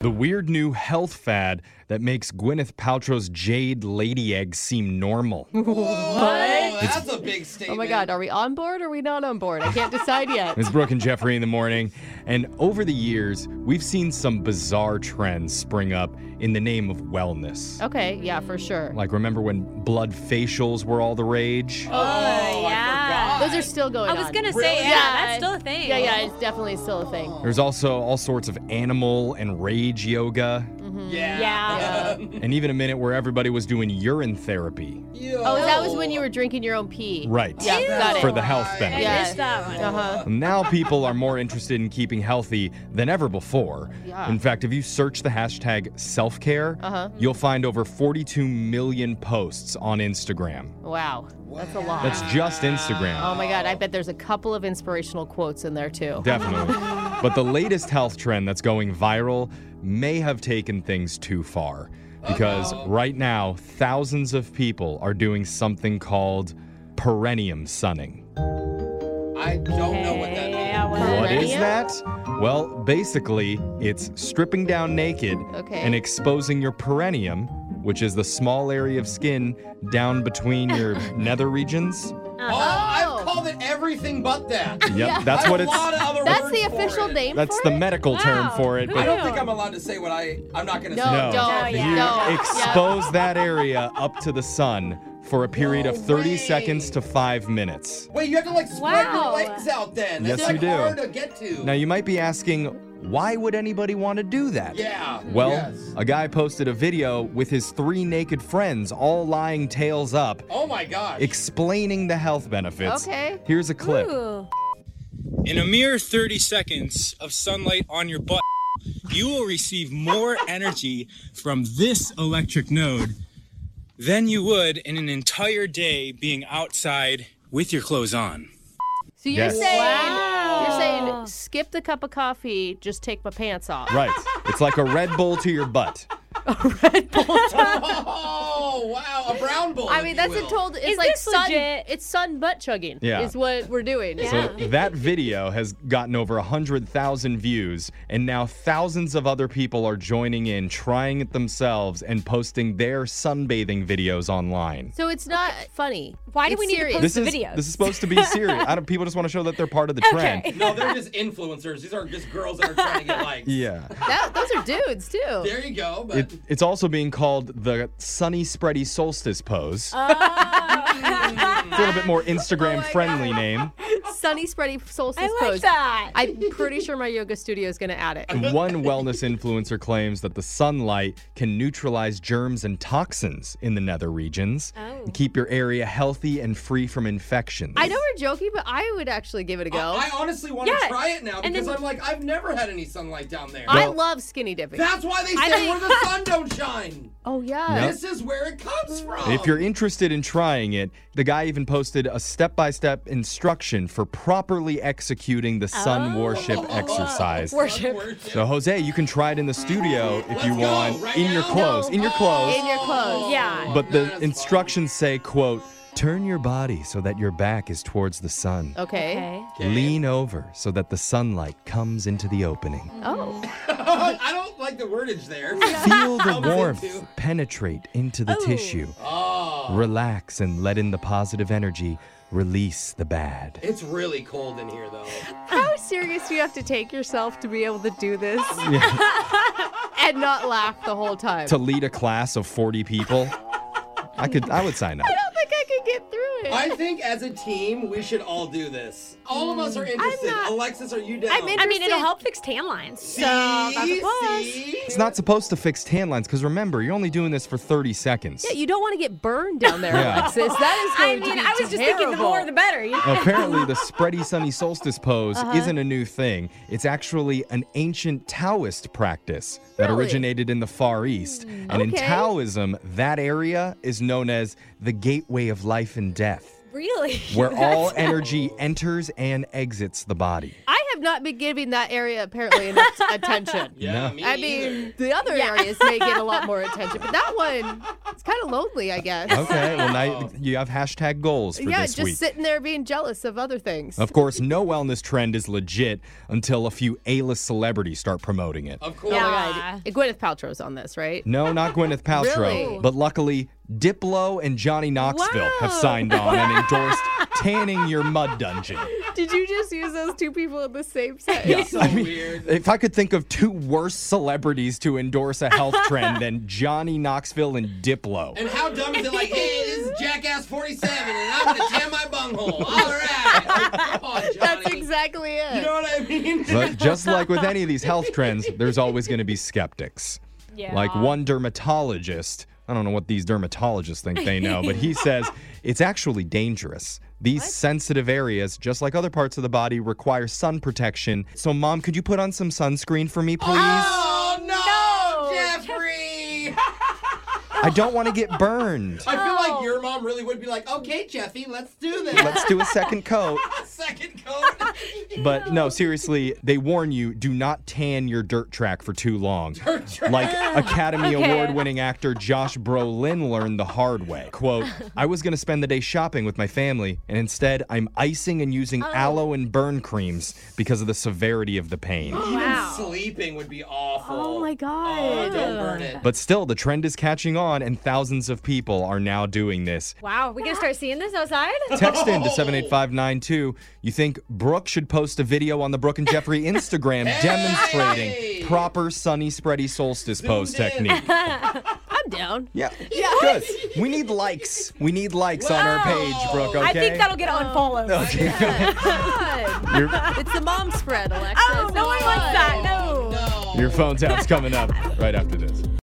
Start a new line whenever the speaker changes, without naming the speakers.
The weird new health fad that makes Gwyneth Paltrow's jade lady egg seem normal.
What?
That's a big statement.
Oh my God, are we on board or are we not on board? I can't decide yet.
It's Brooke and Jeffrey in the morning. And over the years, we've seen some bizarre trends spring up in the name of wellness.
Okay, yeah, for sure.
Like, remember when blood facials were all the rage?
Oh, I
yeah.
forgot.
Those are still going
I
on.
was gonna
Really?
say, yeah,
Yeah.
that's still a thing.
Yeah, yeah, it's definitely still a thing.
There's also all sorts of animal and rage yoga,
Mm-hmm.
Yeah.
Yeah.
and even a minute where everybody was doing urine therapy.
Yo.
Oh, that was when you were drinking your own pee.
Right.
Yeah, got it.
For the health benefits.
I
Yeah.
missed that one.
Uh-huh.
Now people are more interested in keeping healthy than ever before.
Yeah.
In fact, if you search the hashtag self care,
Uh-huh.
you'll find over 42 million posts on Instagram.
Wow. That's a lot.
That's just Instagram.
Oh my God, I bet there's a couple of inspirational quotes in there too.
Definitely. But the latest health trend that's going viral may have taken things too far. Because right now, thousands of people are doing something called perennium sunning.
I don't know what that means.
Yeah, what?
What is
Perennium?
that? Well, basically, it's stripping down naked
Okay.
and exposing your perennium, which is the small area of skin down between your nether regions.
Oh, I've called it everything but that.
Yep, that's what
There's
it's.
A lot of other
That's
words
the
for
official
it.
name
That's
for
the
it?
medical term
Wow.
for it,
Who
but
I don't think I'm allowed to say what I. I'm not gonna say.
No,
No,
don't.
you
Yeah. don't.
expose that area up to the sun for a period of
No
30
way.
seconds to five minutes.
Wait, you have to like spread
Wow.
your legs out then.
Yes,
That's like
you do.
hard to get to.
Now, you might be asking, why would anybody want to do that?
yeah.
Well,
yes.
uh,
a guy posted a video with his three naked friends all lying tails up,
Oh my gosh.
explaining the health benefits.
Okay.
Here's a clip.
Ooh.
In a mere 30 seconds of sunlight on your butt, you will receive more energy from this electric node than you would in an entire day being outside with your clothes on.
So you're
Yes.
saying you're saying skip the cup of coffee, just take my pants off.
Right. It's like a Red Bull to your butt.
oh wow, a brown bull.
I
if
mean,
you
that's a
will.
total. It's
Is
like
this
sun.
legit?
It's sun butt chugging.
Yeah.
Is what we're doing.
So that video has gotten over 100,000 views, and now thousands of other people are joining in, trying it themselves, and posting their sunbathing videos online.
So it's not funny.
Why do
It's
we need to
serious.
post-
This
the
is
videos.
this is supposed to be serious. I don't, people just want to show that they're part of the trend.
No, they're just influencers. These are just girls that are trying to get likes.
Yeah.
That- those are dudes too.
There you go. But
It, it's also being called the sunny spready solstice pose.
Oh.
it's a little bit more Instagram friendly name.
Sunny spready solstice
I like
pose.
that.
I'm pretty sure my yoga studio is gonna add it.
One wellness influencer claims that the sunlight can neutralize germs and toxins in the nether regions
Oh.
and keep your area healthy and free from infections.
I know we're joking, but I would actually give it a go.
I honestly want to
Yeah,
try it now
and
because
then-
I'm like, I've never had any sunlight down there.
I
Well-
love skinny dipping.
That's why they
I
say
think-
where the sun don't shine.
oh yeah.
Yep.
This is where it comes from.
If you're interested in trying it, the guy even posted a step by step instruction for properly executing the sun worship exercise.
Oh. Worship.
So, Jose, you can try it in the studio if you
Let's go,
want,
right
in your
now?
clothes, in your clothes.
In your clothes.
Yeah.
But the
That's
instructions say, quote, turn your body so that your back is towards the sun.
Okay.
Okay.
Lean over so that the sunlight comes into the opening.
Oh.
I don't like the wordage there.
Feel the
Comes
warmth
into.
penetrate into the
Ooh.
tissue.
Oh,
Relax and let in the positive energy. Release the bad.
it's really cold in here though.
How serious do you have to take yourself to be able to do this and not laugh the whole time?
To lead a class of 40 people, I could I would sign up.
I don't think I could get through it.
I think as a team we should all do this. All of us are interested.
not-
Alexis, are you down?
I'm in-
Mm. I mean, it'll
Interesting.
help fix tan lines.
See?
So that's a plus.
See?
It's not supposed to fix tan lines because remember, you're only doing this for 30 seconds.
Yeah, you don't want to get burned down there,
Yeah.
Alexis. That is
I
going
mean,
to be
I was just thinking the
terrible.
more the better. You know?
Apparently, the spready sunny solstice pose
Uh-huh.
isn't a new thing. It's actually an ancient Taoist practice that
Really? Hmm,
originated in the Far East. And in
Okay.
Taoism, that area is known as the gateway of life and death,
Really?
where all energy enters and exits the body.
I have not been giving that area apparently enough t- attention.
Yeah,
No.
me
I
either.
mean, the other areas may get a lot more attention, but that one, it's kind of lonely, I guess.
Okay, well, now you have hashtag goals for
yeah,
this
just
week.
sitting there being jealous of other things.
Of course, no wellness trend is legit until a few A-list celebrities start promoting it.
Of course.
yeah, Gwyneth Paltrow's on this, right?
No, not Gwyneth Paltrow,
Really?
but luckily Diplo and Johnny Knoxville have
Wow.
signed on and endorsed tanning your mud dungeon.
Did you just use those two people in the same sentence?
Yeah,
So
I mean,
weird.
if I could think of two worse celebrities to endorse a health trend than Johnny Knoxville and Diplo.
And how dumb is it? Like, hey, this is Jackass 47, and I'm gonna tan my bunghole. All right. Like, come on, Johnny.
That's exactly it.
You know what I mean?
But just like with any of these health trends, there's always going to be skeptics.
Yeah.
Like one dermatologist, I don't know what these dermatologists think they know, but he says it's actually dangerous. These sensitive areas, just like other parts of the body, require sun protection. So, mom, could you put on some sunscreen for me, please?
Oh no,
No.
Jeffrey!
I don't want to get burned.
I feel like your mom really would be like, okay, Jeffy, let's do this.
Let's do a second coat.
Second coat.
But no, seriously, they warn you do not tan your dirt track for too long. Like Academy
Okay.
Award winning actor Josh Brolin learned the hard way. Quote, I was going to spend the day shopping with my family, and instead I'm icing and using aloe and burn creams because of the severity of the pain.
Wow.
Even sleeping would be awful.
Oh my God.
Oh, don't burn it.
But still, the trend is catching on, and thousands of people are now doing this.
Wow, we gonna start seeing this outside?
Text in to 78592. You think Brooke should post a video on the Brooke and Jeffrey Instagram demonstrating proper sunny spready solstice pose
Zoomed in.
technique?
I'm down.
Yeah. Good. We need likes. We need likes on our page, Brooke, okay?
I think that'll get
Oh.
unfollowed.
Good.
your,
it's the mom spread, Alexis.
Oh, no one likes that.
No.
your phone tap's coming up right after this.